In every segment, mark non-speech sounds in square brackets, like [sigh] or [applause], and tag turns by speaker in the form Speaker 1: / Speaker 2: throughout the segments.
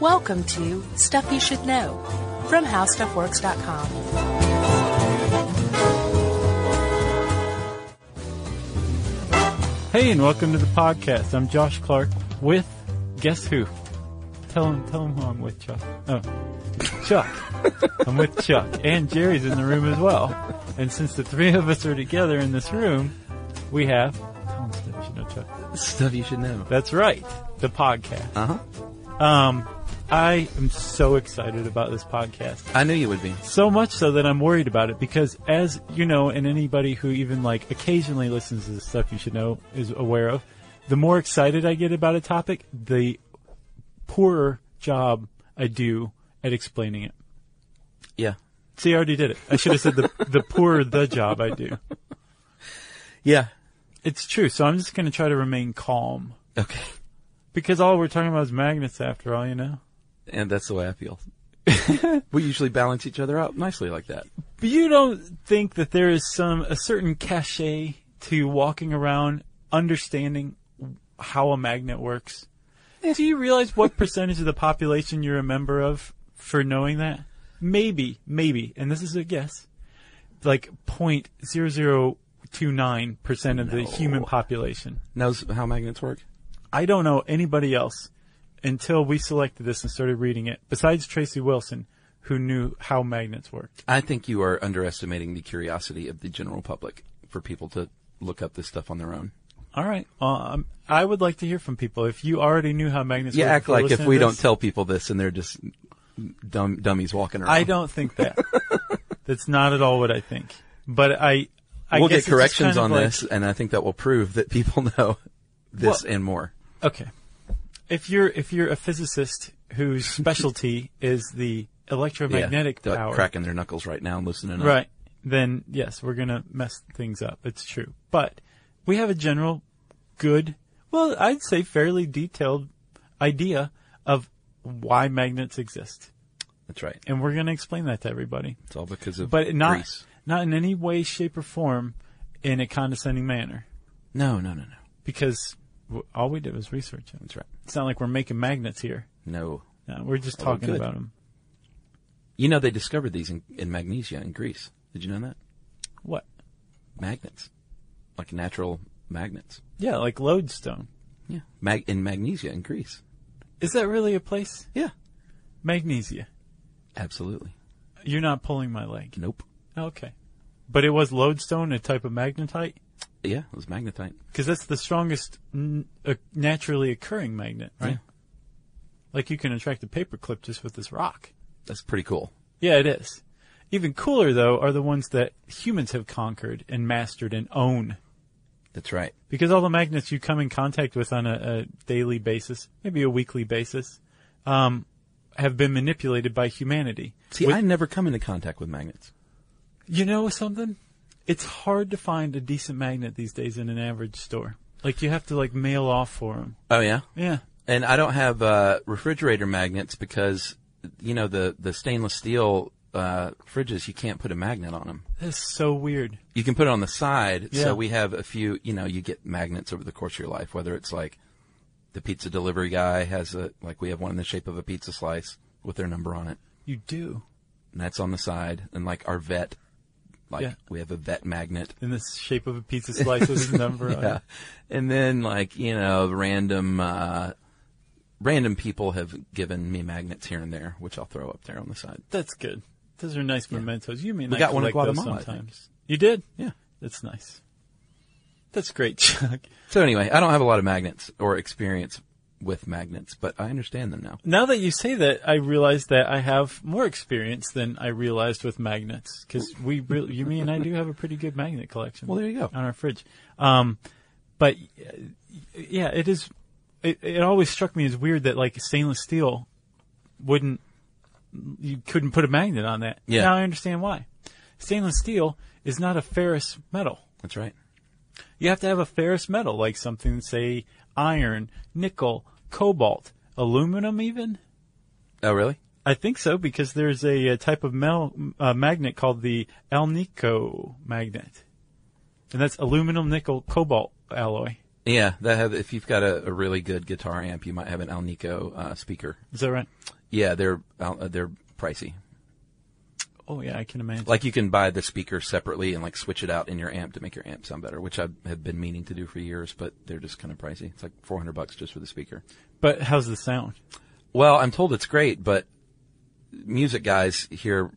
Speaker 1: Welcome to Stuff You Should Know from HowStuffWorks.com.
Speaker 2: Hey, and welcome to the podcast. I'm Josh Clark with guess who? Tell him, tell him who I'm with, Chuck. Oh, Chuck. I'm with Chuck, and Jerry's in the room as well. And since the three of us are together in this room, we have. Tell him stuff, you know, Chuck.
Speaker 3: Stuff you should know.
Speaker 2: That's right, the podcast.
Speaker 3: Uh huh.
Speaker 2: Um, I am so excited about this podcast.
Speaker 3: I knew you would be.
Speaker 2: So much so that I'm worried about it because, as you know, and anybody who even like occasionally listens to this stuff you should know is aware of, the more excited I get about a topic, the poorer job I do at explaining it.
Speaker 3: Yeah.
Speaker 2: See, I already did it. I should have said the, the poorer the job I do.
Speaker 3: Yeah.
Speaker 2: It's true. So I'm just going to try to remain calm
Speaker 3: Okay.
Speaker 2: because all we're talking about is magnets after all, you know?
Speaker 3: And that's the way I [laughs] feel. we usually balance each other out nicely like that.
Speaker 2: But you don't think that there is some a certain cachet to walking around understanding how a magnet works? Do you realize what percentage of the population you're a member of for knowing that? Maybe, maybe, and this is a guess, like point zero zero two nine percent of the
Speaker 3: No.
Speaker 2: human population.
Speaker 3: Knows how magnets work?
Speaker 2: I don't know anybody else until we selected this and started reading it. Besides Tracy Wilson, who knew how magnets work.
Speaker 3: I think you are underestimating the curiosity of the general public for people to look up this stuff on their own.
Speaker 2: All right. Um, I would like to hear from people. If you already knew how magnets
Speaker 3: You
Speaker 2: work,
Speaker 3: act
Speaker 2: before
Speaker 3: like if
Speaker 2: listening
Speaker 3: we
Speaker 2: to
Speaker 3: don't
Speaker 2: this-
Speaker 3: tell people this and they're just dumb dummies walking around.
Speaker 2: I don't think
Speaker 3: [laughs]
Speaker 2: that. That's not at all what I think. But I, I
Speaker 3: we'll
Speaker 2: guess it's
Speaker 3: get
Speaker 2: just
Speaker 3: corrections
Speaker 2: kind of
Speaker 3: on
Speaker 2: like-
Speaker 3: this, and I think that will prove that people [laughs] know this and more.
Speaker 2: Okay. If you're if you're a physicist
Speaker 3: [laughs]
Speaker 2: whose specialty is the electromagnetic
Speaker 3: yeah, They're, like,
Speaker 2: power,
Speaker 3: cracking their knuckles right now, and listening. up.
Speaker 2: right? Then yes, we're gonna mess things up. It's true. But we have a general good, well, I'd say fairly detailed idea of why magnets exist.
Speaker 3: That's right.
Speaker 2: and we're going to explain that to everybody.
Speaker 3: It's all because of
Speaker 2: But not
Speaker 3: Greece.
Speaker 2: not in any way, shape, or form in a condescending manner,
Speaker 3: No, no, no, no.
Speaker 2: because w- all we did was research it.
Speaker 3: That's right.
Speaker 2: It's not like we're making magnets here.
Speaker 3: No.
Speaker 2: No, we're just
Speaker 3: Oh,
Speaker 2: talking
Speaker 3: good.
Speaker 2: about them.
Speaker 3: You know they discovered these in, in Magnesia in Greece. Did you know that?
Speaker 2: What?
Speaker 3: Magnets, like natural magnets.
Speaker 2: Yeah, like lodestone.
Speaker 3: Yeah. Mag in Magnesia in Greece.
Speaker 2: Is that really a place?
Speaker 3: Yeah.
Speaker 2: Magnesia.
Speaker 3: Absolutely.
Speaker 2: You're not pulling my leg.
Speaker 3: Nope.
Speaker 2: Okay. But it was lodestone, a type of magnetite,
Speaker 3: Yeah, it was magnetite.
Speaker 2: because that's the strongest n- uh, naturally occurring magnet, right?
Speaker 3: Yeah.
Speaker 2: Like you can attract a paperclip just with this rock.
Speaker 3: That's pretty cool.
Speaker 2: Yeah, it is. Even cooler though are the ones that humans have conquered and mastered and own.
Speaker 3: That's right.
Speaker 2: Because all the magnets you come in contact with on a, a daily basis, maybe a weekly basis, um, have been manipulated by humanity.
Speaker 3: See,
Speaker 2: With-
Speaker 3: I never come into contact with magnets.
Speaker 2: you know something? It's hard to find a decent magnet these days in an average store. Like you have to like mail off for them.
Speaker 3: Oh yeah.
Speaker 2: Yeah.
Speaker 3: And I don't have uh, refrigerator magnets because you know the the stainless steel uh, fridges you can't put a magnet on them.
Speaker 2: That's so weird.
Speaker 3: You can put it on the side.
Speaker 2: Yeah.
Speaker 3: So we have a few, you know, you get magnets over the course of your life, whether it's like the pizza delivery guy has a, like we have one in the shape of a pizza slice with their number on it.
Speaker 2: You do.
Speaker 3: And that's on the side. And like our vet, like
Speaker 2: Yeah.
Speaker 3: we have a vet magnet.
Speaker 2: In the shape of a pizza slice with a number on
Speaker 3: [laughs] Yeah.
Speaker 2: it.
Speaker 3: And then like, you know, random, uh, random people have given me magnets here and there, which I'll throw up there on the side.
Speaker 2: That's good. Those are nice mementos. You mean
Speaker 3: We
Speaker 2: I
Speaker 3: got one in
Speaker 2: collect those
Speaker 3: Guatemala, I think.
Speaker 2: Sometimes you did.
Speaker 3: Yeah.
Speaker 2: That's nice. That's great, [laughs] Chuck.
Speaker 3: So anyway, I don't have a lot of magnets or experience with magnets, but I understand them now.
Speaker 2: Now that you say that, I realize that I have more experience than I realized with magnets because we, really, you, me, and I do have a pretty good magnet collection.
Speaker 3: Well, there you go.
Speaker 2: on our fridge. Um, but uh, yeah, it is. It, it always struck me as weird that like stainless steel wouldn't you couldn't put a magnet on that.
Speaker 3: Yeah.
Speaker 2: Now I understand why. Stainless steel is not a ferrous metal.
Speaker 3: That's right.
Speaker 2: You have to have a ferrous metal, like something, say, iron, nickel, cobalt, aluminum, even.
Speaker 3: Oh, really?
Speaker 2: I think so because there's a, uh type of mel- uh, magnet called the alnico magnet, and that's aluminum, nickel, cobalt alloy.
Speaker 3: Yeah, that have, if you've got a, a really good guitar amp, you might have an Alnico uh, speaker.
Speaker 2: Is that right?
Speaker 3: Yeah, they're uh, they're pricey.
Speaker 2: Oh yeah, I can imagine.
Speaker 3: Like you can buy the speaker separately and like switch it out in your amp to make your amp sound better, which I have been meaning to do for years, but they're just kind of pricey. It's like 400 bucks just for the speaker.
Speaker 2: But how's the sound?
Speaker 3: Well, I'm told it's great, but music guys hear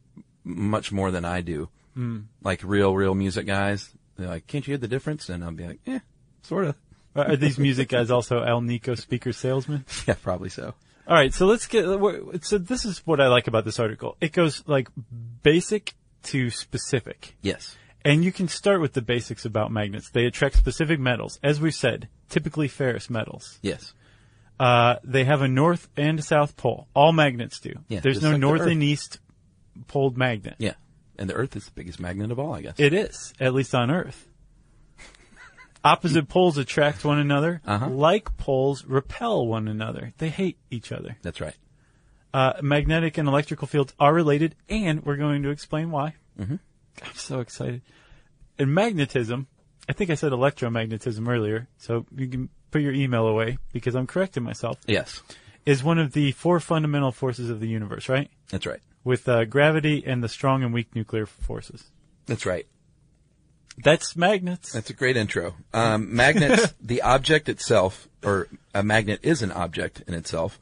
Speaker 3: much more than I do. Mm. Like real, real music guys. They're like, can't you hear the difference? And I'll be like, eh, sort of.
Speaker 2: Are are these music guys also El Nico speaker salesmen?
Speaker 3: [laughs] Yeah, probably so.
Speaker 2: All right, so let's get. uh, So this is what I like about this article. It goes like basic to specific,
Speaker 3: Yes.
Speaker 2: and you can start with the basics about magnets. They attract specific metals, as we said, typically ferrous metals.
Speaker 3: Yes.
Speaker 2: Uh, they have a north and south pole. All magnets do.
Speaker 3: Yeah,
Speaker 2: There's
Speaker 3: just
Speaker 2: no
Speaker 3: like the
Speaker 2: north
Speaker 3: Earth.
Speaker 2: and east poled magnet.
Speaker 3: Yeah. And the Earth is the biggest magnet of all, I guess.
Speaker 2: It is, at least on
Speaker 3: [laughs]
Speaker 2: Earth. Opposite poles attract one another.
Speaker 3: Uh-huh.
Speaker 2: Like poles repel one another. They hate each other.
Speaker 3: That's right.
Speaker 2: Uh, magnetic and electrical fields are related, and we're going to explain why. Mm-hmm. I'm so excited. And magnetism, I think I said electromagnetism earlier, so you can put your email away because I'm correcting myself,
Speaker 3: Yes.
Speaker 2: is one of the four fundamental forces of the universe, right?
Speaker 3: That's right.
Speaker 2: With uh, gravity and the strong and weak nuclear forces.
Speaker 3: That's right.
Speaker 2: That's magnets.
Speaker 3: That's a great intro. Um, magnets, [laughs] the object itself, or a magnet is an object in itself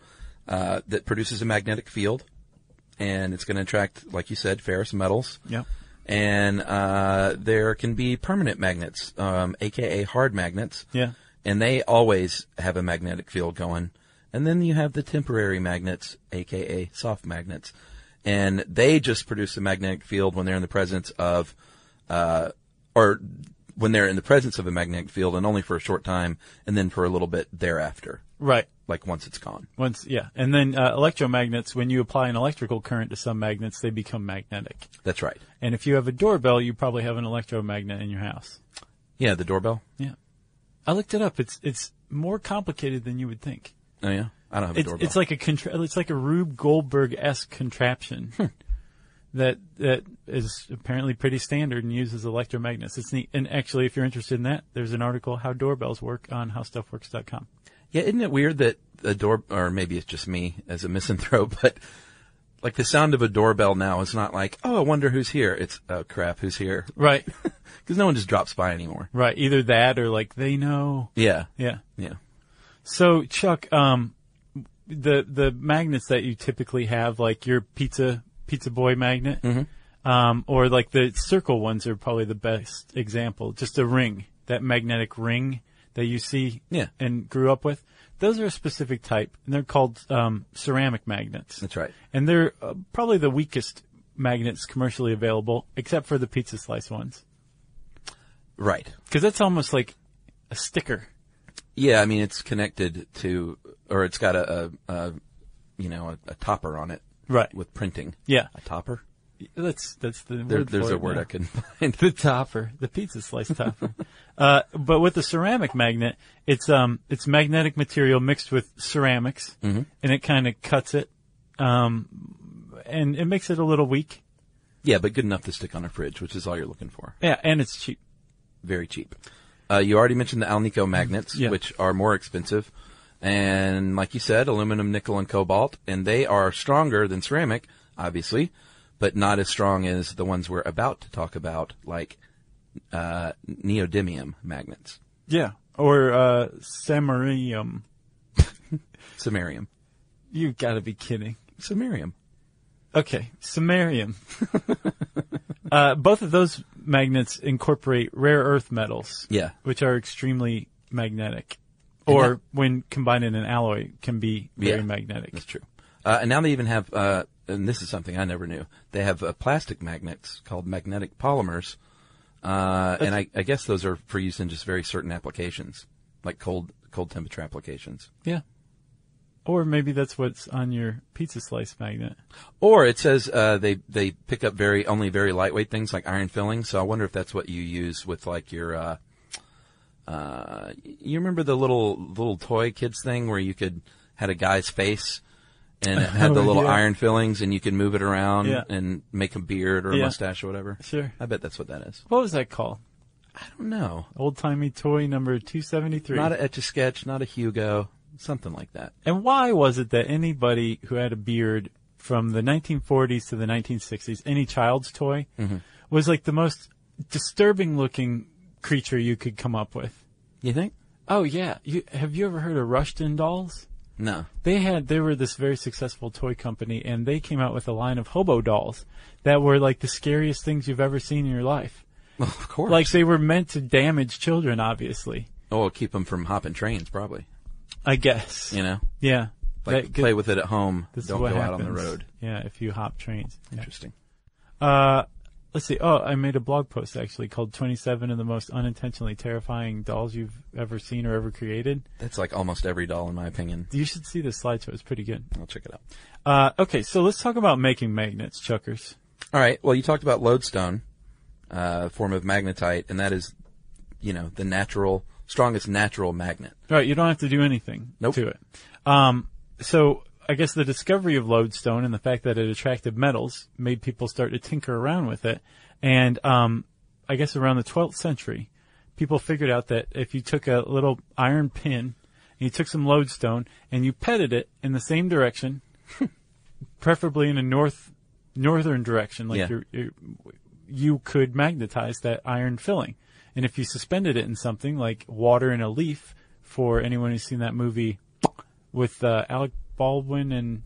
Speaker 3: uh, that produces a magnetic field, and it's going to attract, like you said, ferrous metals.
Speaker 2: Yep.
Speaker 3: And uh, there can be permanent magnets, um, aka hard magnets.
Speaker 2: Yeah.
Speaker 3: And they always have a magnetic field going. And then you have the temporary magnets, aka soft magnets, and they just produce a magnetic field when they're in the presence of, uh, or when they're in the presence of a magnetic field, and only for a short time, and then for a little bit thereafter,
Speaker 2: Right.
Speaker 3: like once it's gone.
Speaker 2: Once, yeah. And then uh, electromagnets, when you apply an electrical current to some magnets, they become magnetic.
Speaker 3: That's right.
Speaker 2: And if you have a doorbell, you probably have an electromagnet in your house.
Speaker 3: Yeah, the doorbell.
Speaker 2: Yeah. I looked it up. It's it's more complicated than you would think.
Speaker 3: Oh yeah, I don't have a
Speaker 2: It's,
Speaker 3: doorbell.
Speaker 2: it's like a contra- it's like a Rube Goldberg esque contraption that that is apparently pretty standard and uses electromagnets. It's neat. And actually, if you're interested in that, there's an article how doorbells work on howstuffworks.com.
Speaker 3: Yeah, isn't it weird that a door, or maybe it's just me as a misanthrope, [laughs] but like the sound of a doorbell now is not like, oh, I wonder who's here. It's, oh crap, who's here?
Speaker 2: Right.
Speaker 3: Because no one just drops by anymore.
Speaker 2: [laughs] right. Either that or like they know.
Speaker 3: Yeah.
Speaker 2: Yeah.
Speaker 3: Yeah.
Speaker 2: So Chuck, um, the the magnets that you typically have, like your pizza pizza boy magnet,
Speaker 3: Mm-hmm.
Speaker 2: um, or like the circle ones are probably the best example. Just a ring, that magnetic ring that you see
Speaker 3: Yeah.
Speaker 2: and grew up with. Those are a specific type, and they're called um, ceramic magnets.
Speaker 3: That's right.
Speaker 2: And they're uh, probably the weakest magnets commercially available, except for the pizza slice ones,
Speaker 3: Right.
Speaker 2: because that's almost like a sticker.
Speaker 3: Yeah, I mean, it's connected to, or it's got a, a, a you know, a, a topper on it
Speaker 2: Right.
Speaker 3: with printing.
Speaker 2: Yeah.
Speaker 3: A topper?
Speaker 2: That's that's the
Speaker 3: There,
Speaker 2: word
Speaker 3: there's
Speaker 2: for
Speaker 3: a
Speaker 2: it
Speaker 3: word
Speaker 2: now.
Speaker 3: I couldn't [laughs] find.
Speaker 2: the topper, the pizza slice topper. [laughs] uh, but with the ceramic magnet, it's um, it's magnetic material mixed with ceramics, and it kind of cuts it, um, and it makes it a little weak.
Speaker 3: yeah, but good enough to stick on a fridge, which is all you're looking for.
Speaker 2: Yeah, and it's cheap.
Speaker 3: very cheap. Uh, you already mentioned the Alnico magnets,
Speaker 2: Yeah.
Speaker 3: which are more expensive. And like you said, aluminum, nickel, and cobalt, and they are stronger than ceramic, obviously, but not as strong as the ones we're about to talk about, like uh, neodymium magnets,
Speaker 2: Yeah, or uh, samarium.
Speaker 3: samarium,
Speaker 2: You gotta be kidding.
Speaker 3: samarium.
Speaker 2: Okay, [laughs] samarium. uh, both of those magnets incorporate rare earth metals.
Speaker 3: Yeah,
Speaker 2: which are extremely magnetic, or
Speaker 3: And
Speaker 2: when combined in an alloy, can be very
Speaker 3: Yeah.
Speaker 2: magnetic.
Speaker 3: that's true. Uh, and now they even have, uh, and this is something I never knew. They have uh, plastic magnets called magnetic polymers, uh, and I, I guess those are for use in just very certain applications, like cold cold temperature applications.
Speaker 2: Yeah. Or maybe that's what's on your pizza slice magnet.
Speaker 3: Or it says uh, they they pick up very only very lightweight things like iron filling. So I wonder if that's what you use with like your. Uh, uh, you remember the little little toy kids thing where you could had a guy's face
Speaker 2: [laughs]
Speaker 3: and it had the
Speaker 2: Oh,
Speaker 3: little
Speaker 2: yeah.
Speaker 3: iron fillings and you could move it around
Speaker 2: Yeah.
Speaker 3: and make a beard or a
Speaker 2: Yeah.
Speaker 3: mustache or whatever.
Speaker 2: Sure.
Speaker 3: I bet that's what that is.
Speaker 2: What was that called?
Speaker 3: I don't know.
Speaker 2: Old timey toy number 273.
Speaker 3: Not a Etch a Sketch, not a Hugo, something like that.
Speaker 2: and why was it that anybody who had a beard from the 1940s to the 1960s, any child's toy, was like the most disturbing looking creature you could come up with?
Speaker 3: You think?
Speaker 2: Oh yeah, you, have you ever heard of Rushton dolls?
Speaker 3: No. [laughs]
Speaker 2: They had they were this very successful toy company, and they came out with a line of hobo dolls that were like the scariest things you've ever seen in your life.
Speaker 3: Well, of course.
Speaker 2: Like they were meant to damage children, obviously.
Speaker 3: oh, keep them from hopping trains, probably.
Speaker 2: I guess.
Speaker 3: You know,
Speaker 2: Yeah.
Speaker 3: like
Speaker 2: That-
Speaker 3: play with it at home.
Speaker 2: this is
Speaker 3: Don't go
Speaker 2: what
Speaker 3: out on the
Speaker 2: happens.
Speaker 3: road.
Speaker 2: Yeah, if you hop trains. Yeah.
Speaker 3: Interesting.
Speaker 2: Uh, let's see. Oh, I made a blog post actually called 27 of the most unintentionally terrifying dolls you've ever seen or ever created.
Speaker 3: That's like almost every doll, in my opinion.
Speaker 2: You should see this slideshow. It's pretty good.
Speaker 3: I'll check it out.
Speaker 2: Uh, okay, so let's talk about making magnets, Chuckers.
Speaker 3: All right. Well, you talked about lodestone, uh, form of magnetite, and that is, you know, the natural, strongest natural magnet.
Speaker 2: All Right, you don't have to do anything
Speaker 3: Nope.
Speaker 2: to it. Um, so I guess the discovery of lodestone and the fact that it attracted metals made people start to tinker around with it. And um, I guess around the 12th century, people figured out that if you took a little iron pin and you took some lodestone and you petted it in the same direction, preferably in a north northern direction, like
Speaker 3: Yeah.
Speaker 2: you're, you're, you could magnetize that iron filling. And if you suspended it in something like water in a leaf, for anyone who's seen that movie with uh, Alec Baldwin and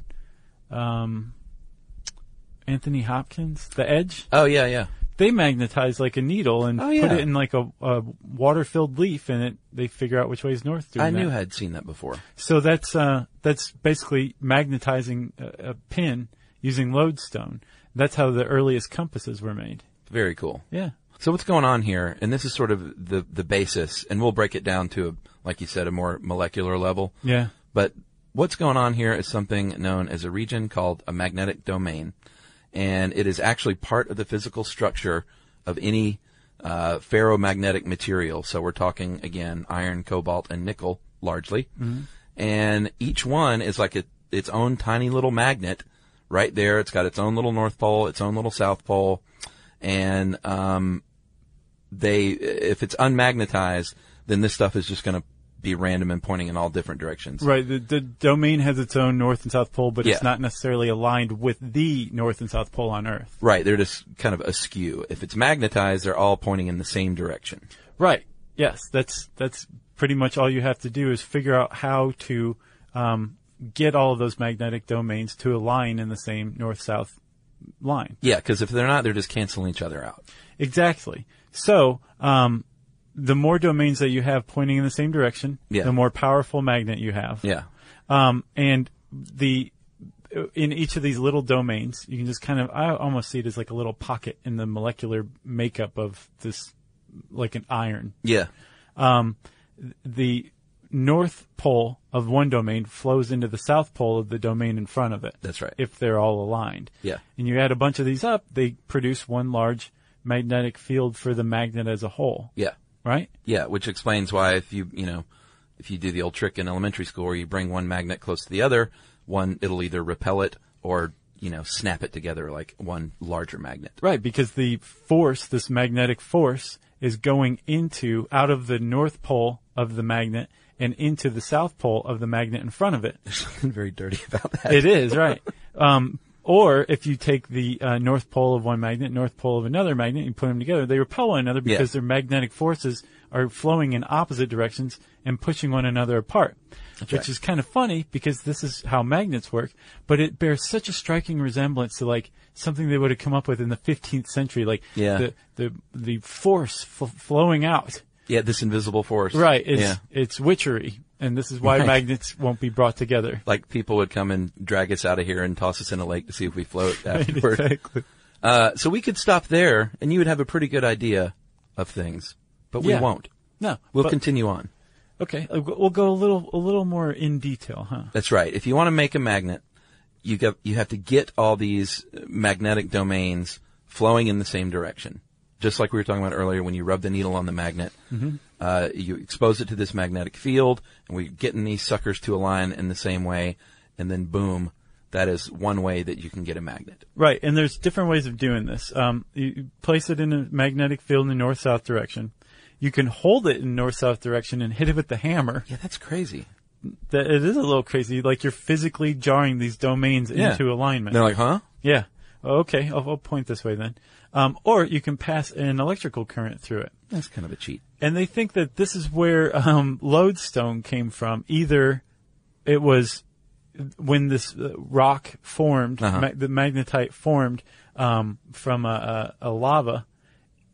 Speaker 2: um, Anthony Hopkins, The Edge,
Speaker 3: Oh yeah, yeah.
Speaker 2: they magnetize like a needle and
Speaker 3: Oh,
Speaker 2: put
Speaker 3: yeah.
Speaker 2: it in like a, a water-filled leaf, and it they figure out which way is north. Doing
Speaker 3: I knew
Speaker 2: that.
Speaker 3: I'd seen that before.
Speaker 2: So that's uh, that's basically magnetizing a, a pin using lodestone. That's how the earliest compasses were made.
Speaker 3: Very cool.
Speaker 2: Yeah.
Speaker 3: So what's going on here? And this is sort of the the basis, and we'll break it down to, a, like you said, a more molecular level.
Speaker 2: Yeah.
Speaker 3: But what's going on here is something known as a region called a magnetic domain. And it is actually part of the physical structure of any uh, ferromagnetic material. So we're talking, again, iron, cobalt, and nickel largely. And each one is like a, its own tiny little magnet right there. It's got its own little north pole, its own little south pole. And um, they if it's unmagnetized, then this stuff is just going to be random and pointing in all different directions.
Speaker 2: Right. The, the domain has its own north and south pole, but it's
Speaker 3: Yeah.
Speaker 2: not necessarily aligned with the north and south pole on Earth.
Speaker 3: Right, they're just kind of askew. If it's magnetized, they're all pointing in the same direction.
Speaker 2: Right. Yes. That's that's pretty much all you have to do is figure out how to um, get all of those magnetic domains to align in the same north south line.
Speaker 3: Yeah, because if they're not, they're just canceling each other out.
Speaker 2: Exactly. So, um, the more domains that you have pointing in the same direction,
Speaker 3: Yeah.
Speaker 2: the more powerful magnet you have.
Speaker 3: Yeah.
Speaker 2: Um, and the in each of these little domains, you can just kind of I almost see it as like a little pocket in the molecular makeup of this, like an iron.
Speaker 3: Yeah.
Speaker 2: The north pole of one domain flows into the south pole of the domain in front of it.
Speaker 3: That's right.
Speaker 2: If they're all aligned.
Speaker 3: Yeah.
Speaker 2: And you add a bunch of these up, they produce one large magnetic field for the magnet as a whole.
Speaker 3: Yeah.
Speaker 2: Right?
Speaker 3: Yeah, which explains why if you, you know, if you do the old trick in elementary school where you bring one magnet close to the other, one, it'll either repel it or, you know, snap it together like one larger magnet.
Speaker 2: Right, because the force, this magnetic force, is going into, out of the north pole of the magnet and into the south pole of the magnet in front of it.
Speaker 3: There's something very dirty about that.
Speaker 2: It is, right. Um, or if you take the uh, north pole of one magnet, north pole of another magnet, and put them together, they repel one another because
Speaker 3: Yeah.
Speaker 2: their magnetic forces are flowing in opposite directions and pushing one another apart. which
Speaker 3: right.
Speaker 2: is kind of funny because this is how magnets work, but it bears such a striking resemblance to like something they would have come up with in the 15th century, like
Speaker 3: Yeah.
Speaker 2: the the the force f- flowing out.
Speaker 3: Yeah, this invisible force.
Speaker 2: Right, it's
Speaker 3: yeah.
Speaker 2: it's witchery, and this is why
Speaker 3: Right.
Speaker 2: magnets won't be brought
Speaker 3: [laughs]
Speaker 2: together.
Speaker 3: Like people would come and drag us out of here and toss us in a lake to see if we [laughs] float afterward.
Speaker 2: Exactly.
Speaker 3: Uh, so we could stop there and you would have a pretty good idea of things, but we
Speaker 2: Yeah.
Speaker 3: won't.
Speaker 2: No,
Speaker 3: We'll
Speaker 2: but-
Speaker 3: continue on.
Speaker 2: Okay, uh, we'll go a little a little more in detail, huh?
Speaker 3: That's right. If you want to make a magnet, you got, you have to get all these magnetic domains flowing in the same direction. Just like we were talking about earlier, when you rub the needle on the magnet, uh, you expose it to this magnetic field, and we're getting these suckers to align in the same way, and then boom, that is one way that you can get a magnet.
Speaker 2: Right, and there's different ways of doing this. Um, you you place it in a magnetic field in the north-south direction. you can hold it in north-south direction and hit it with the hammer.
Speaker 3: Yeah, that's crazy.
Speaker 2: That it is a little crazy. Like you're physically jarring these domains
Speaker 3: Yeah.
Speaker 2: into alignment.
Speaker 3: They're like, huh?
Speaker 2: Yeah. Okay, I'll, I'll point this way then. Um, or you can pass an electrical current through it.
Speaker 3: That's kind of a cheat.
Speaker 2: And they think that this is where um, lodestone came from. Either it was when this uh, rock formed,
Speaker 3: Uh-huh.
Speaker 2: ma- the magnetite formed um, from a, a, a lava,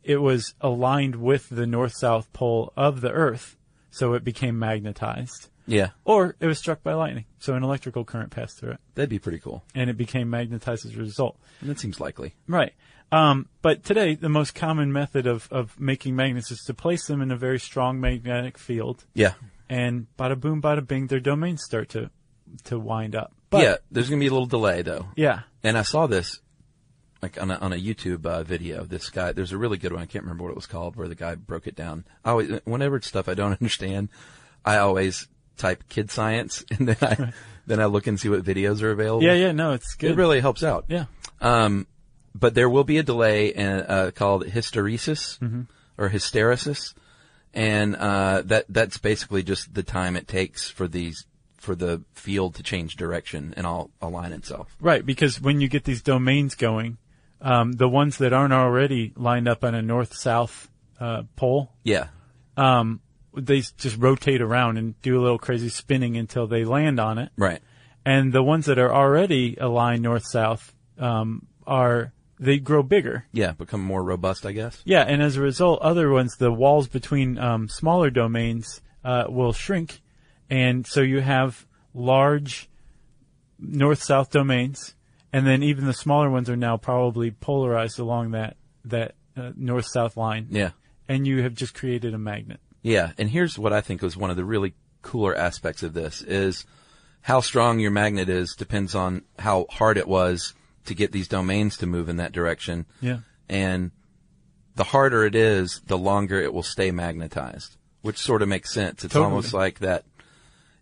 Speaker 2: it was aligned with the north south pole of the Earth, so it became magnetized.
Speaker 3: Yeah,
Speaker 2: Or it was struck by lightning, so an electrical current passed through it,
Speaker 3: that'd be pretty cool.
Speaker 2: and it became magnetized as a result.
Speaker 3: That seems likely.
Speaker 2: Right. Um, but today, the most common method of, of making magnets is to place them in a very strong magnetic field,
Speaker 3: Yeah,
Speaker 2: and bada boom, bada bing, their domains start to to wind up. But,
Speaker 3: yeah. There's gonna be a little delay though.
Speaker 2: yeah,
Speaker 3: And I saw this like on a, on a YouTube uh, video. This guy, there's a really good one. I can't remember what it was called, where the guy broke it down. I always, whenever it's stuff I don't [laughs] understand, I always type kid science, [laughs] and then I then I look and see what videos are available.
Speaker 2: yeah, yeah. No, it's good.
Speaker 3: It really helps out.
Speaker 2: yeah,
Speaker 3: Um, but there will be a delay in, uh, called hysteresis or hysteresis. And, uh, that, that's basically just the time it takes for these, for the field to change direction and all align itself.
Speaker 2: right. Because when you get these domains going, um, the ones that aren't already lined up on a north-south uh, pole,
Speaker 3: Yeah.
Speaker 2: um, they s- just rotate around and do a little crazy spinning until they land on it.
Speaker 3: Right.
Speaker 2: and the ones that are already aligned north south um, are they grow bigger.
Speaker 3: Yeah. Become more robust, I guess.
Speaker 2: Yeah, and as a result, other ones, the walls between um, smaller domains uh, will shrink, and so you have large north south domains, and then even the smaller ones are now probably polarized along that that uh, north south line.
Speaker 3: Yeah.
Speaker 2: and you have just created a magnet.
Speaker 3: Yeah, and here's what I think was one of the really cooler aspects of this is how strong your magnet is depends on how hard it was to get these domains to move in that direction.
Speaker 2: Yeah.
Speaker 3: And the harder it is, the longer it will stay magnetized, which sort of makes sense. It's
Speaker 2: Totally.
Speaker 3: almost like that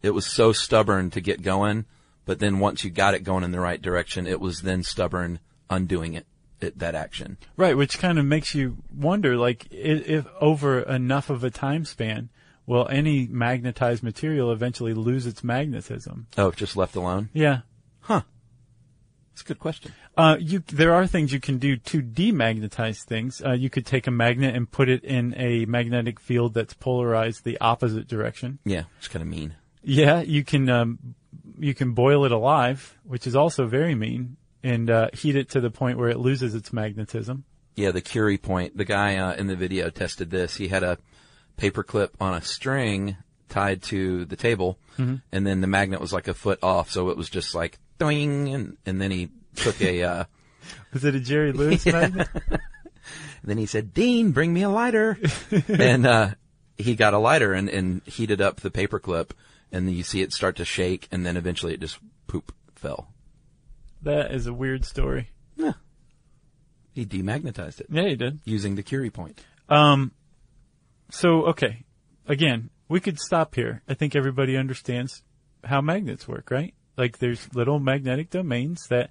Speaker 3: it was so stubborn to get going, but then once you got it going in the right direction, it was then stubborn undoing it, it that action.
Speaker 2: Right, which kind of makes you wonder, like, if, if over enough of a time span, will any magnetized material eventually lose its magnetism?
Speaker 3: Oh, if just left alone?
Speaker 2: Yeah.
Speaker 3: It's a good question.
Speaker 2: Uh, you, there are things you can do to demagnetize things. Uh, you could take a magnet and put it in a magnetic field that's polarized the opposite direction.
Speaker 3: Yeah, it's kind of mean.
Speaker 2: Yeah, you can, um, you can boil it alive, which is also very mean, and, uh, heat it to the point where it loses its magnetism.
Speaker 3: Yeah, the Curie point. The guy uh, in the video tested this. He had a paper clip on a string tied to the table, and then the magnet was like a foot off, so it was just like doing, and, and then he took a. Uh, [laughs]
Speaker 2: Is it a Jerry [laughs] Lewis magnet?
Speaker 3: then he said, "Dean, bring me a lighter," and uh, he got a lighter and, and heated up the paper clip, and then you see it start to shake, and then eventually it just poop fell.
Speaker 2: That is a weird story.
Speaker 3: Yeah. He demagnetized it
Speaker 2: Yeah, you did.
Speaker 3: using the Curie point.
Speaker 2: Um, so okay, again, we could stop here. I think everybody understands how magnets work, right? Like there's little magnetic domains that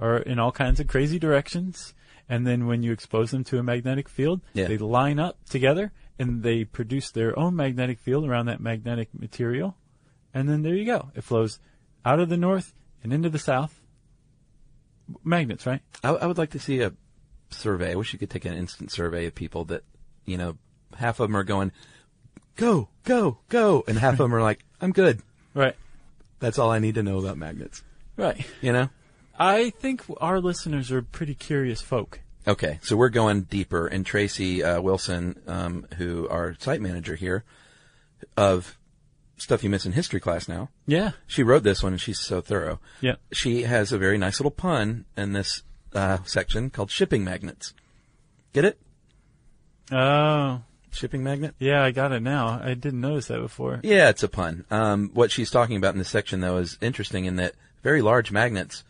Speaker 2: are in all kinds of crazy directions, and then when you expose them to a magnetic field,
Speaker 3: Yeah.
Speaker 2: they line up together and they produce their own magnetic field around that magnetic material, and then there you go. It flows out of the north and into the south. Magnets, right?
Speaker 3: I, I would like to see a survey. I wish you could take an instant survey of people that, you know, half of them are going, go, go, go, and half of them are like, I'm good.
Speaker 2: Right.
Speaker 3: That's all I need to know about magnets.
Speaker 2: Right.
Speaker 3: You know?
Speaker 2: I think our listeners are pretty curious folk.
Speaker 3: Okay, so we're going deeper, and Tracy uh, Wilson, um, who our site manager here of stuff you miss in history class now,
Speaker 2: Yeah.
Speaker 3: she wrote this one, and she's so thorough.
Speaker 2: Yeah.
Speaker 3: She has a very nice little pun in this uh, section called shipping magnets. Get it?
Speaker 2: Oh,
Speaker 3: Shipping magnet.
Speaker 2: yeah, I got it now. I didn't notice that before.
Speaker 3: Yeah, it's a pun. Um, what she's talking about in this section, though, is interesting in that very large magnets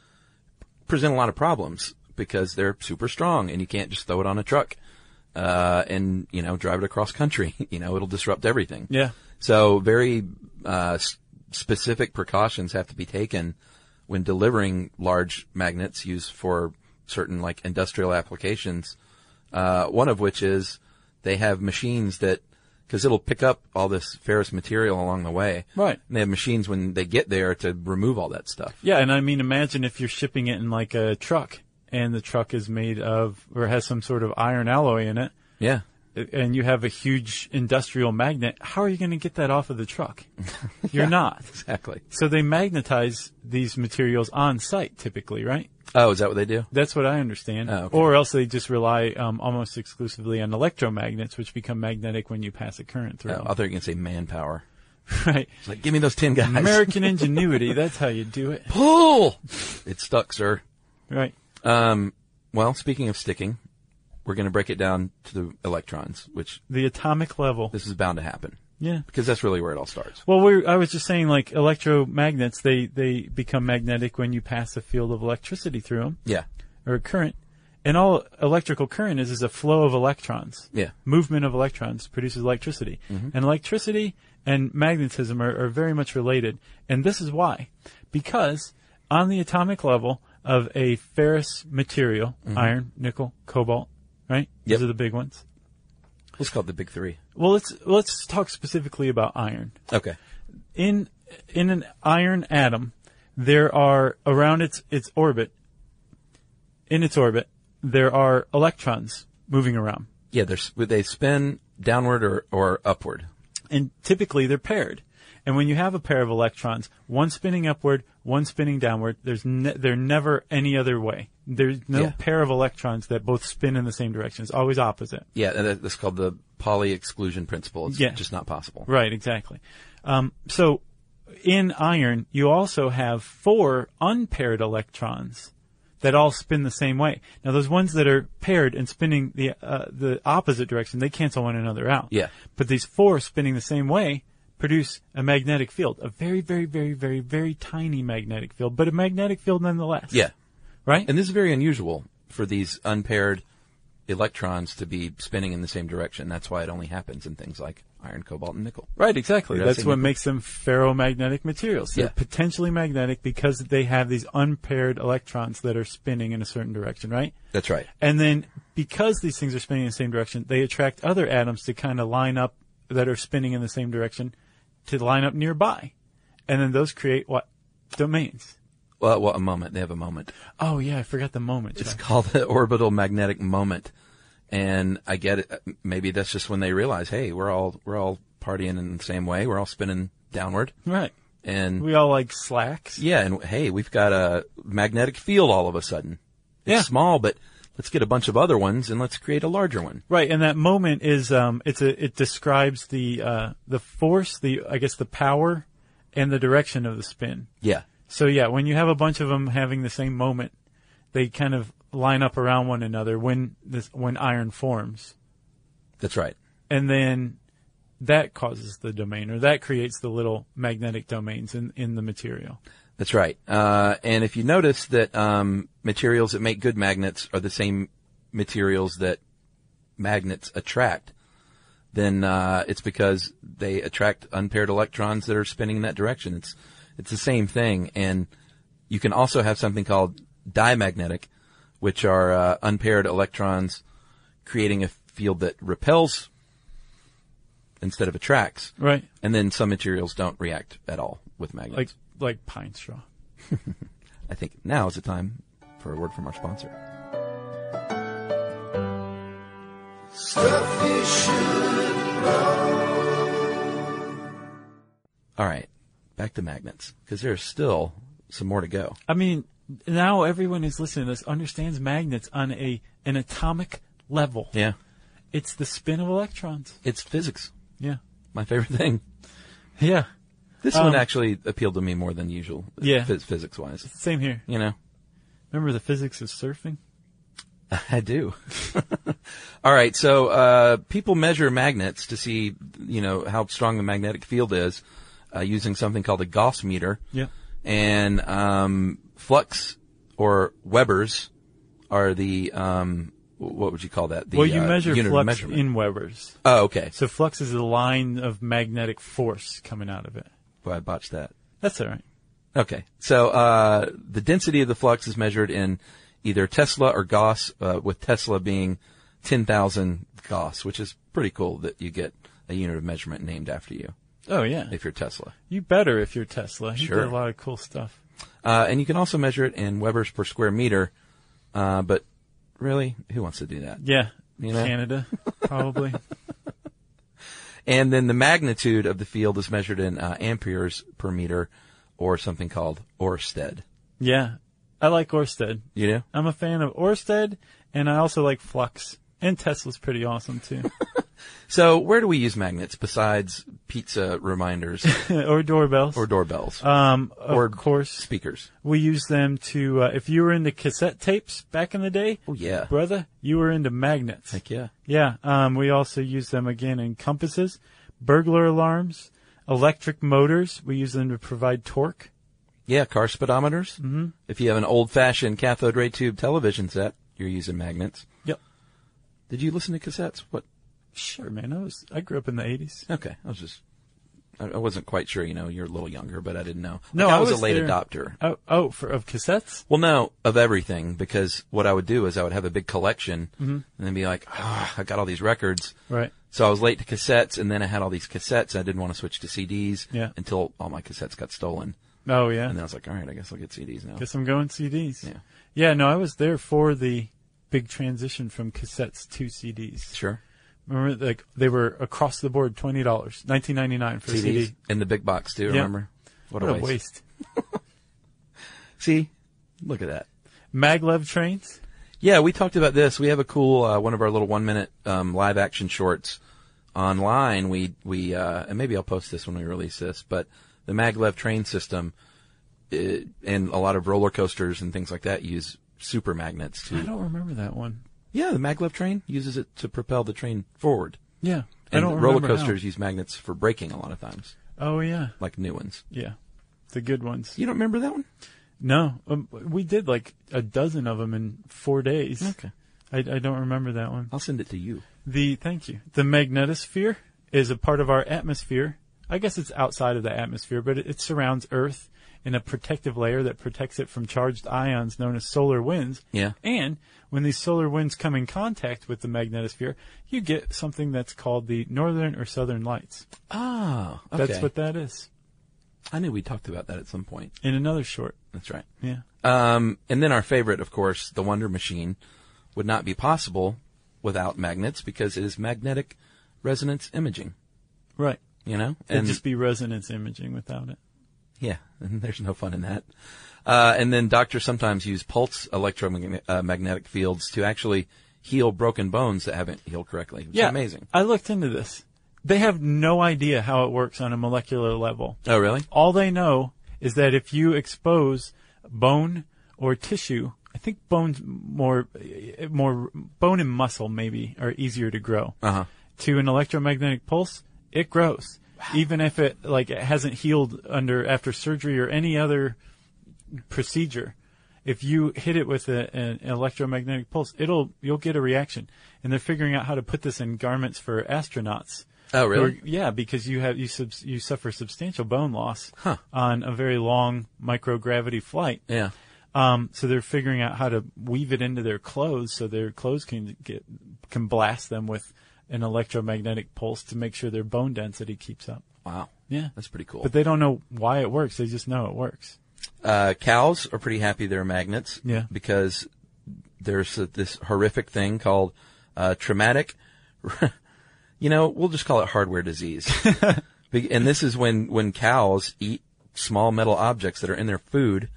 Speaker 3: present a lot of problems because they're super strong and you can't just throw it on a truck uh, and you know drive it across country. [laughs] you know, it'll disrupt everything.
Speaker 2: Yeah.
Speaker 3: So very uh, s- specific precautions have to be taken when delivering large magnets used for certain like industrial applications. Uh, one of which is they have machines that because it'll pick up all this ferrous material along the way.
Speaker 2: Right.
Speaker 3: And they have machines when they get there to remove all that stuff.
Speaker 2: Yeah, and I mean, imagine if you're shipping it in like a truck, and the truck is made of or has some sort of iron alloy in it,
Speaker 3: Yeah.
Speaker 2: and you have a huge industrial magnet. How are you going to get that off of the [laughs] truck? You're not.
Speaker 3: Exactly.
Speaker 2: So they magnetize these materials on site, typically, right?
Speaker 3: Oh, is that what they do?
Speaker 2: That's what I understand.
Speaker 3: Oh, okay.
Speaker 2: Or else they just rely um, almost exclusively on electromagnets, which become magnetic when you pass a current through.
Speaker 3: Oh, I thought you were going to say manpower.
Speaker 2: them. [laughs] Right.
Speaker 3: It's like, give me those 10 guys.
Speaker 2: American ingenuity. That's how you do
Speaker 3: [laughs]
Speaker 2: it.
Speaker 3: Pull! It's stuck, sir.
Speaker 2: Right.
Speaker 3: Um, well, speaking of sticking, we're going to break it down to the electrons, which
Speaker 2: The atomic level.
Speaker 3: this is bound to happen
Speaker 2: Yeah.
Speaker 3: because that's really where it all starts.
Speaker 2: Well, we're, I was just saying, like electromagnets, they they become magnetic when you pass a field of electricity through them
Speaker 3: Yeah.
Speaker 2: or a current. And all electrical current is is a flow of electrons.
Speaker 3: Yeah.
Speaker 2: Movement of electrons produces electricity. And electricity and magnetism are, are very much related. And this is why. Because on the atomic level of a ferrous material, iron, nickel, cobalt, right?
Speaker 3: Yep.
Speaker 2: Those are the big ones.
Speaker 3: Let's call it the big three.
Speaker 2: Well, let's, let's talk specifically about iron.
Speaker 3: Okay.
Speaker 2: in in an iron atom, there are around its its orbit. In its orbit, there are electrons moving around,
Speaker 3: Yeah, there's, they spin downward or, or upward.
Speaker 2: and typically they're paired. And when you have a pair of electrons, one spinning upward, one spinning downward, there's ne- there never any other way. There's no
Speaker 3: Yeah.
Speaker 2: pair of electrons that both spin in the same direction. It's always opposite.
Speaker 3: Yeah, and that- that's called the Pauli exclusion principle. It's
Speaker 2: Yeah.
Speaker 3: just not possible.
Speaker 2: Right, exactly. Um, so in iron, you also have four unpaired electrons that all spin the same way. Now, those ones that are paired and spinning the uh, the opposite direction, they cancel one another out.
Speaker 3: Yeah.
Speaker 2: But these four spinning the same way produce a magnetic field, a very, very, very, very, very tiny magnetic field, but a magnetic field nonetheless.
Speaker 3: Yeah.
Speaker 2: Right.
Speaker 3: And this is very unusual for these unpaired electrons to be spinning in the same direction. That's why it only happens in things like iron, cobalt, and nickel.
Speaker 2: Right, exactly.
Speaker 3: Yeah,
Speaker 2: That's
Speaker 3: same
Speaker 2: what
Speaker 3: nickel.
Speaker 2: makes them ferromagnetic materials. They're
Speaker 3: Yeah.
Speaker 2: potentially magnetic because they have these unpaired electrons that are spinning in a certain direction, right?
Speaker 3: That's right.
Speaker 2: And then because these things are spinning in the same direction, they attract other atoms to kind of line up that are spinning in the same direction to line up nearby. And then those create what? Domains.
Speaker 3: Well, well, a moment. They have a moment.
Speaker 2: Oh yeah, I forgot the moment.
Speaker 3: It's
Speaker 2: Chuck.
Speaker 3: called the orbital magnetic moment. And I get it. Maybe that's just when they realize, hey, we're all, we're all partying in the same way. We're all spinning downward.
Speaker 2: right.
Speaker 3: And
Speaker 2: We all like slacks.
Speaker 3: yeah, and hey, we've got a magnetic field all of a sudden. It's
Speaker 2: Yeah.
Speaker 3: small, but let's get a bunch of other ones and let's create a larger one.
Speaker 2: Right, and that moment is um, it's a it describes the uh, the force, the I guess the power, and the direction of the spin.
Speaker 3: Yeah.
Speaker 2: So yeah, when you have a bunch of them having the same moment, they kind of line up around one another when this when iron forms,
Speaker 3: That's right.
Speaker 2: and then that causes the domain or that creates the little magnetic domains in in the material.
Speaker 3: That's right. Uh, and if you notice that um, materials that make good magnets are the same materials that magnets attract, then uh, it's because they attract unpaired electrons that are spinning in that direction. It's it's the same thing. And you can also have something called diamagnetic, which are uh, unpaired electrons creating a field that repels instead of attracts.
Speaker 2: Right,
Speaker 3: And then some materials don't react at all with magnets.
Speaker 2: like like pine straw.
Speaker 3: I think now is the time for a word from our sponsor. All right, back to magnets because there's still some more to go.
Speaker 2: I mean, now everyone who's listening to this understands magnets on a an atomic level.
Speaker 3: Yeah,
Speaker 2: It's the spin of electrons.
Speaker 3: it's physics,
Speaker 2: Yeah.
Speaker 3: my favorite thing.
Speaker 2: Yeah.
Speaker 3: This
Speaker 2: Um,
Speaker 3: one actually appealed to me more than usual.
Speaker 2: Yeah.
Speaker 3: physics wise,
Speaker 2: Same here.
Speaker 3: you know.
Speaker 2: Remember the physics of surfing?
Speaker 3: I do. [laughs] All right. So uh, people measure magnets to see, you know, how strong the magnetic field is uh, using something called a Gauss meter.
Speaker 2: Yeah.
Speaker 3: And um, flux or Webers are the um, wh- what would you call that? The,
Speaker 2: well, you
Speaker 3: uh,
Speaker 2: measure
Speaker 3: unit of
Speaker 2: flux
Speaker 3: measurement.
Speaker 2: in Webers.
Speaker 3: oh, okay.
Speaker 2: So flux is the line of magnetic force coming out of it.
Speaker 3: Well, I botched that.
Speaker 2: That's all right.
Speaker 3: Okay. So uh, the density of the flux is measured in either Tesla or Gauss, uh, with Tesla being 10,000 Gauss, which is pretty cool that you get a unit of measurement named after you
Speaker 2: Oh yeah.
Speaker 3: if you're Tesla.
Speaker 2: You better if you're Tesla. He
Speaker 3: Sure.
Speaker 2: did a lot of cool stuff.
Speaker 3: Uh, and you can also measure it in Weber's per square meter. Uh, but really, who wants to do that?
Speaker 2: Yeah.
Speaker 3: You know? [laughs]
Speaker 2: Canada, probably.
Speaker 3: And then the magnitude of the field is measured in uh, amperes per meter or something called Oersted.
Speaker 2: yeah. I like Orsted.
Speaker 3: You know?
Speaker 2: I'm a fan of Orsted and I also like Flux. And Tesla's pretty awesome too. [laughs]
Speaker 3: So where do we use magnets besides
Speaker 2: [laughs]
Speaker 3: pizza reminders
Speaker 2: or doorbells.
Speaker 3: or doorbells?
Speaker 2: um, of
Speaker 3: or-
Speaker 2: course,
Speaker 3: speakers.
Speaker 2: we use them to, uh, if you were into cassette tapes back in the day,
Speaker 3: Oh yeah.
Speaker 2: brother, you were into magnets.
Speaker 3: Heck yeah.
Speaker 2: Yeah, um, we also use them again in compasses, burglar alarms, electric motors. We use them to provide torque.
Speaker 3: Yeah, car speedometers. Mm-hmm. If you have an old fashioned cathode ray tube television set, you're using magnets.
Speaker 2: Yep.
Speaker 3: Did you listen to cassettes? What?
Speaker 2: Sure, man. I was I grew up in the eighties.
Speaker 3: Okay. I was just, I, I wasn't quite sure, you know, you're a little younger, but I didn't know.
Speaker 2: No,
Speaker 3: Like, I,
Speaker 2: I
Speaker 3: was,
Speaker 2: was
Speaker 3: a late
Speaker 2: there.
Speaker 3: adopter.
Speaker 2: Oh, oh, for of cassettes.
Speaker 3: Well, no, of everything, because what I would do is I would have a big collection
Speaker 2: Mm-hmm.
Speaker 3: and then be like, ah, I got all these records.
Speaker 2: Right.
Speaker 3: So I was late to cassettes, and then I had all these cassettes. And I didn't want to switch to CDs
Speaker 2: Yeah.
Speaker 3: until all my cassettes got stolen.
Speaker 2: Oh yeah.
Speaker 3: And then I was like, all right, I guess I'll get CDs now.
Speaker 2: Guess I'm going CDs.
Speaker 3: Yeah.
Speaker 2: Yeah. No, I was there for the big transition from cassettes to CDs.
Speaker 3: Sure.
Speaker 2: Remember, like they were across the board twenty dollars, nineteen ninety nine for a CD.
Speaker 3: CDs in the big box too. Remember?
Speaker 2: What a waste.
Speaker 3: See, look at that.
Speaker 2: Maglev trains.
Speaker 3: Yeah, we talked about this. We have a cool uh, one of our little one minute um, live action shorts online. We we uh, and maybe I'll post this when we release this, but the maglev train system uh and a lot of roller coasters and things like that use super magnets
Speaker 2: I
Speaker 3: to.
Speaker 2: don't remember that one.
Speaker 3: Yeah, the maglev train uses it to propel the train forward.
Speaker 2: Yeah. I
Speaker 3: And
Speaker 2: don't
Speaker 3: roller
Speaker 2: remember how.
Speaker 3: coasters use magnets for braking a lot of times,
Speaker 2: Oh yeah.
Speaker 3: like new ones.
Speaker 2: Yeah. The good ones.
Speaker 3: You don't remember that one?
Speaker 2: No, um, we did like a dozen of them in four days. I, I don't remember that one.
Speaker 3: I'll send it to you.
Speaker 2: The thank you. The magnetosphere is a part of our atmosphere. I guess it's outside of the atmosphere, but it, it surrounds Earth in a protective layer that protects it from charged ions known as solar winds.
Speaker 3: Yeah.
Speaker 2: And when these solar winds come in contact with the magnetosphere, you get something that's called the northern or southern lights.
Speaker 3: Ah, okay.
Speaker 2: That's what that is.
Speaker 3: I knew we talked about that at some point.
Speaker 2: In another short.
Speaker 3: That's right.
Speaker 2: Yeah.
Speaker 3: Um, and then our favorite, of course, the Wonder Machine, would not be possible without magnets because it is magnetic resonance imaging.
Speaker 2: Right.
Speaker 3: You know,
Speaker 2: It'd
Speaker 3: and
Speaker 2: just be resonance imaging without it.
Speaker 3: yeah, [laughs] and there's no fun in that. Uh, and then doctors sometimes use pulse electromagnetic uh, magnetic fields to actually heal broken bones that haven't healed correctly. Which is amazing.
Speaker 2: I looked into this. They have no idea how it works on a molecular level.
Speaker 3: Oh, really?
Speaker 2: All they know is that if you expose bone or tissue, I think bones more, eh, more bone and muscle maybe are easier to grow.
Speaker 3: Uh huh.
Speaker 2: To an electromagnetic pulse, it grows, even if it like it hasn't healed under after surgery or any other procedure. If you hit it with a, an electromagnetic pulse, it'll you'll get a reaction. And they're figuring out how to put this in garments for astronauts.
Speaker 3: Oh,
Speaker 2: Or-
Speaker 3: really?
Speaker 2: yeah, because you have you subs, you suffer substantial bone loss
Speaker 3: Huh.
Speaker 2: on a very long microgravity flight.
Speaker 3: Yeah.
Speaker 2: Um, so they're figuring out how to weave it into their clothes so their clothes can get can blast them with an electromagnetic pulse to make sure their bone density keeps up.
Speaker 3: Wow.
Speaker 2: Yeah.
Speaker 3: That's pretty cool.
Speaker 2: But they don't know why it works. They just know it works.
Speaker 3: Uh, cows are pretty happy they're magnets.
Speaker 2: Yeah.
Speaker 3: Because there's a, this horrific thing called uh, traumatic. [laughs] you know, we'll just call it
Speaker 2: [laughs]
Speaker 3: hardware disease. Be- and this is when when cows eat small metal objects that are in their food,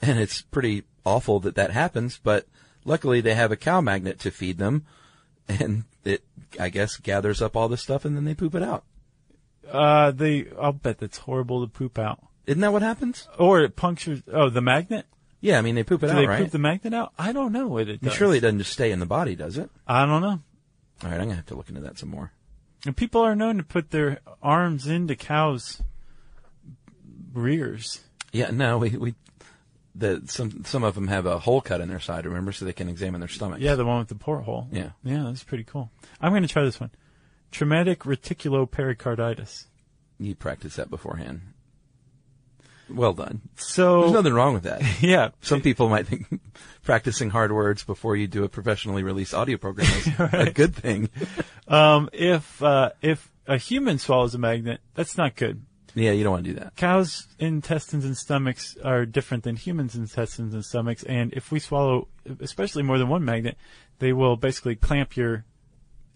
Speaker 3: and it's pretty awful that that happens. But luckily, they have a cow magnet to feed them, and it I guess gathers up all this stuff and then they poop it out.
Speaker 2: Uh, they I'll bet that's horrible to poop out.
Speaker 3: Isn't that what happens?
Speaker 2: Or it punctures. Oh, the magnet.
Speaker 3: Yeah, I mean they poop it
Speaker 2: Do
Speaker 3: out,
Speaker 2: they
Speaker 3: right?
Speaker 2: poop the magnet out? I don't know what it
Speaker 3: And
Speaker 2: does.
Speaker 3: Surely it doesn't just stay in the body, does it?
Speaker 2: I don't know.
Speaker 3: All right, I'm gonna have to look into that some more.
Speaker 2: And people are known to put their arms into cows' rears.
Speaker 3: Yeah, no, we we the some some of them have a hole cut in their side, remember, so they can examine their stomachs.
Speaker 2: Yeah, the one with the porthole.
Speaker 3: Yeah.
Speaker 2: Yeah, that's pretty cool. I'm going to try this one. Traumatic reticulopericarditis.
Speaker 3: you practice that beforehand. Well done.
Speaker 2: So,
Speaker 3: There's nothing wrong with that.
Speaker 2: [laughs] yeah,
Speaker 3: Some people might think [laughs] practicing hard words before
Speaker 2: [laughs]
Speaker 3: you do a professionally released audio program is a good thing.
Speaker 2: um, if, uh, if a human swallows a magnet, that's not good.
Speaker 3: Yeah, you don't want to do that.
Speaker 2: Cows' intestines and stomachs are different than humans' intestines and stomachs, and if we swallow, especially more than one magnet, they will basically clamp your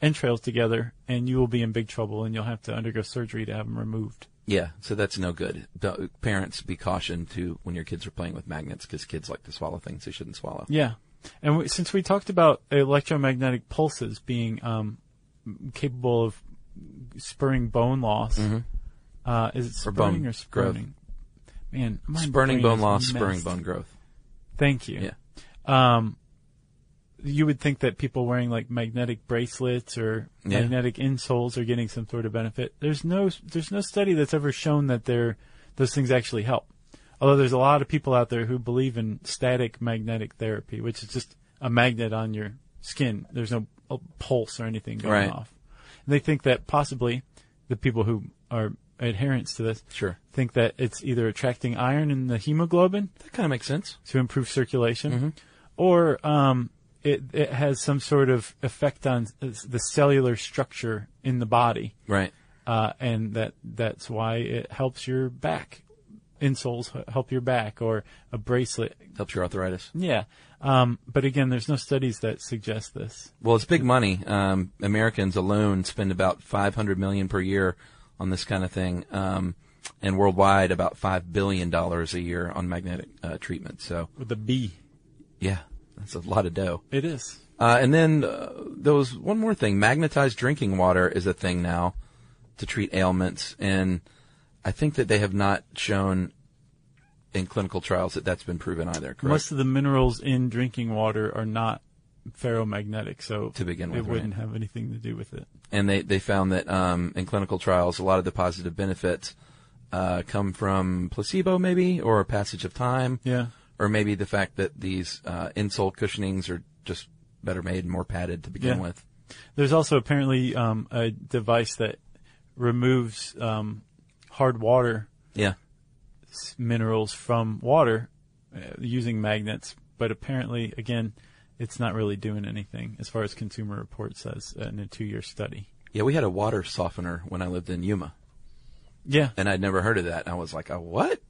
Speaker 2: entrails together, and you will be in big trouble, and you'll have to undergo surgery to have them removed.
Speaker 3: Yeah, so that's no good. Do- Parents, be cautioned to when your kids are playing with magnets because kids like to swallow things they shouldn't swallow.
Speaker 2: Yeah, and we, since we talked about electromagnetic pulses being um, capable of spurring bone loss, uh, is it
Speaker 3: Mm-hmm. Or bone
Speaker 2: spurring or,
Speaker 3: growth.
Speaker 2: spurning? Man, my brain
Speaker 3: Spurning bone
Speaker 2: is
Speaker 3: loss,
Speaker 2: messed.
Speaker 3: spurring bone growth.
Speaker 2: Thank you.
Speaker 3: Yeah.
Speaker 2: Um, you would think that people wearing like magnetic bracelets or
Speaker 3: Yeah.
Speaker 2: magnetic insoles are getting some sort of benefit. There's no there's no study that's ever shown that they're those things actually help. Although there's a lot of people out there who believe in static magnetic therapy, which is just a magnet on your skin. There's no uh, pulse or anything going
Speaker 3: Right.
Speaker 2: off. And they think that possibly the people who are adherents to this
Speaker 3: Sure.
Speaker 2: think that it's either attracting iron in the hemoglobin
Speaker 3: That kind of makes sense.
Speaker 2: to improve circulation,
Speaker 3: Mm-hmm.
Speaker 2: or um, it it has some sort of effect on s- the cellular structure in the body,
Speaker 3: Right.
Speaker 2: uh, and that that's why it helps your back. Insoles h- help your back, or a bracelet.
Speaker 3: Helps your arthritis.
Speaker 2: Yeah, um, but again, there's no studies that suggest this.
Speaker 3: Well, it's big money. Um, Americans alone spend about 500 million per year on this kind of thing. Um, and worldwide about $5 billion a year on magnetic uh, treatment. So
Speaker 2: With the B,
Speaker 3: yeah, that's a lot of dough.
Speaker 2: it is.
Speaker 3: Uh, and then uh, there was one more thing. Magnetized drinking water is a thing now to treat ailments, and I think that they have not shown in clinical trials that that's been proven either. Correct?
Speaker 2: Most of the minerals in drinking water are not ferromagnetic, so
Speaker 3: To begin
Speaker 2: it
Speaker 3: with, right.
Speaker 2: wouldn't have anything to do with it.
Speaker 3: and they they found that um, in clinical trials, a lot of the positive benefits uh, come from placebo, maybe, or a passage of time,
Speaker 2: Yeah,
Speaker 3: or maybe the fact that these uh, insole cushionings are just better made and more padded to begin
Speaker 2: Yeah.
Speaker 3: with.
Speaker 2: There's also apparently um, a device that removes um, hard water
Speaker 3: Yeah,
Speaker 2: s- minerals from water uh, using magnets, but apparently, again, it's not really doing anything as far as Consumer Reports says uh, in a two-year study.
Speaker 3: yeah. We had a water softener when I lived in Yuma.
Speaker 2: Yeah,
Speaker 3: and I'd never heard of that. And I was like, a what?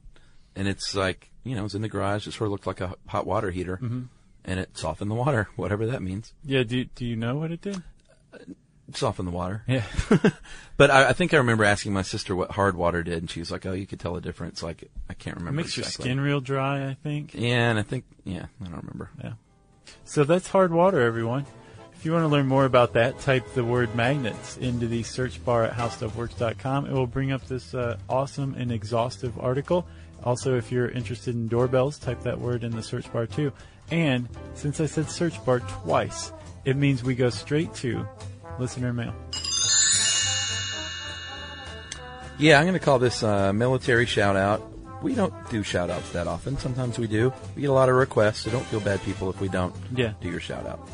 Speaker 3: And it's like, you know, it was in the garage. It sort of looked like a hot water heater
Speaker 2: Mm-hmm.
Speaker 3: and it softened the water, [laughs] whatever that means.
Speaker 2: yeah. Do do you know what it did?
Speaker 3: Soften the water.
Speaker 2: Yeah,
Speaker 3: [laughs] But I, I think I remember asking my sister what hard water did and she was like, oh, you could tell the difference. Like, I can't
Speaker 2: it
Speaker 3: remember.
Speaker 2: makes your
Speaker 3: exactly.
Speaker 2: skin real dry. I think.
Speaker 3: Yeah. And I think, yeah, I don't remember.
Speaker 2: So that's hard water, everyone. If you want to learn more about that, type the word magnets into the search bar at howstuffworks.com. It will bring up this uh, awesome and exhaustive article. Also, if you're interested in doorbells, type that word in the search bar too. And since I said search bar twice, it means we go straight to listener mail.
Speaker 3: Yeah. I'm going to call this uh, military shout out. We don't do shout outs that often. Sometimes we do. We get a lot of requests. So don't feel bad people if we don't
Speaker 2: Yeah.
Speaker 3: do your shout out.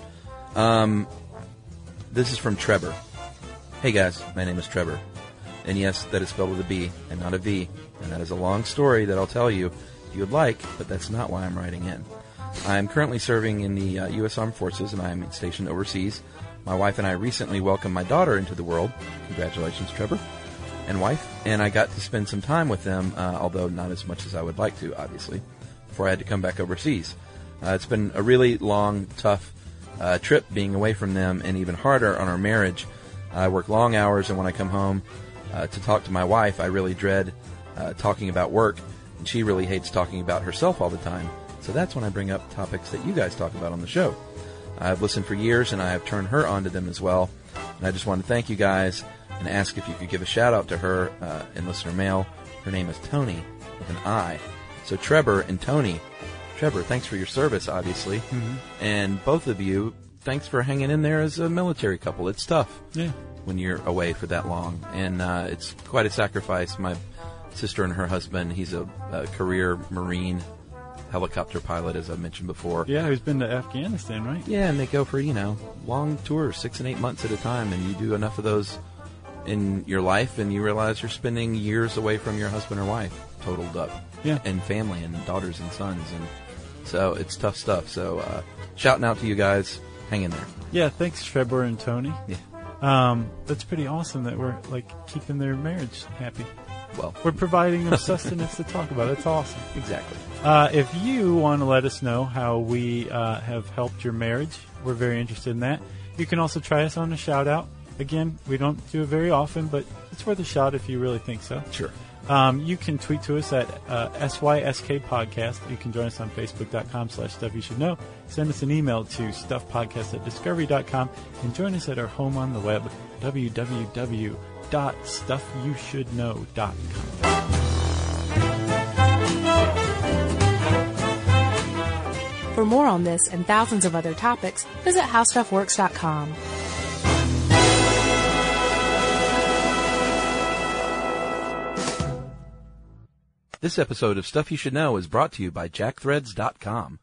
Speaker 3: Um, this is from Trevor. Hey guys, my name is Trevor. And yes, that is spelled with a B and not a V. And that is a long story that I'll tell you if you would like, but that's not why I'm writing in. I am currently serving in the uh, U.S. Armed Forces and I am stationed overseas. My wife and I recently welcomed my daughter into the world. Congratulations, Trevor. And wife. And I got to spend some time with them, uh, although not as much as I would like to, obviously, before I had to come back overseas. Uh, it's been a really long, tough uh, trip being away from them and even harder on our marriage. I work long hours, and when I come home uh, to talk to my wife, I really dread uh, talking about work, and she really hates talking about herself all the time. So that's when I bring up topics that you guys talk about on the show. I've listened for years, and I have turned her on to them as well. And I just want to thank you guys and ask if you could give a shout out to her uh, in listener mail. Her name is Tony with an I. So Trevor and Tony, Trevor, thanks for your service, obviously, and both of you, thanks for hanging in there as a military couple. It's tough
Speaker 2: Yeah.
Speaker 3: when you're away for that long, and uh, it's quite a sacrifice. My sister and her husband, he's a, a career Marine helicopter pilot, as I mentioned before.
Speaker 2: Yeah, who's been to Afghanistan, right?
Speaker 3: Yeah, and they go for, you know, long tours, six and eight months at a time, and you do enough of those in your life, and you realize you're spending years away from your husband or wife, totaled up.
Speaker 2: Yeah.
Speaker 3: And family, and daughters and sons, and so it's tough stuff. So, uh, shouting out to you guys, hang in there.
Speaker 2: Yeah, thanks, Trevor and Tony.
Speaker 3: Yeah.
Speaker 2: Um, that's pretty awesome that we're like keeping their marriage happy.
Speaker 3: Well,
Speaker 2: We're providing them sustenance to talk about. It's awesome.
Speaker 3: exactly.
Speaker 2: Uh, if you want to let us know how we uh, have helped your marriage, we're very interested in that. You can also try us on a shout out. Again, we don't do it very often, but it's worth a shot if you really think so.
Speaker 3: Sure.
Speaker 2: Um, you can tweet to us at uh, SYSK Podcast. You can join us on Facebook.com slash Stuff You Should Know. Send us an email to StuffPodcast at Discovery.com and join us at our home on the web, www.stuffyoushouldknow.com.
Speaker 1: For more on this and thousands of other topics, visit howstuffworks.com.
Speaker 3: This episode of Stuff You Should Know is brought to you by JackThreads.com.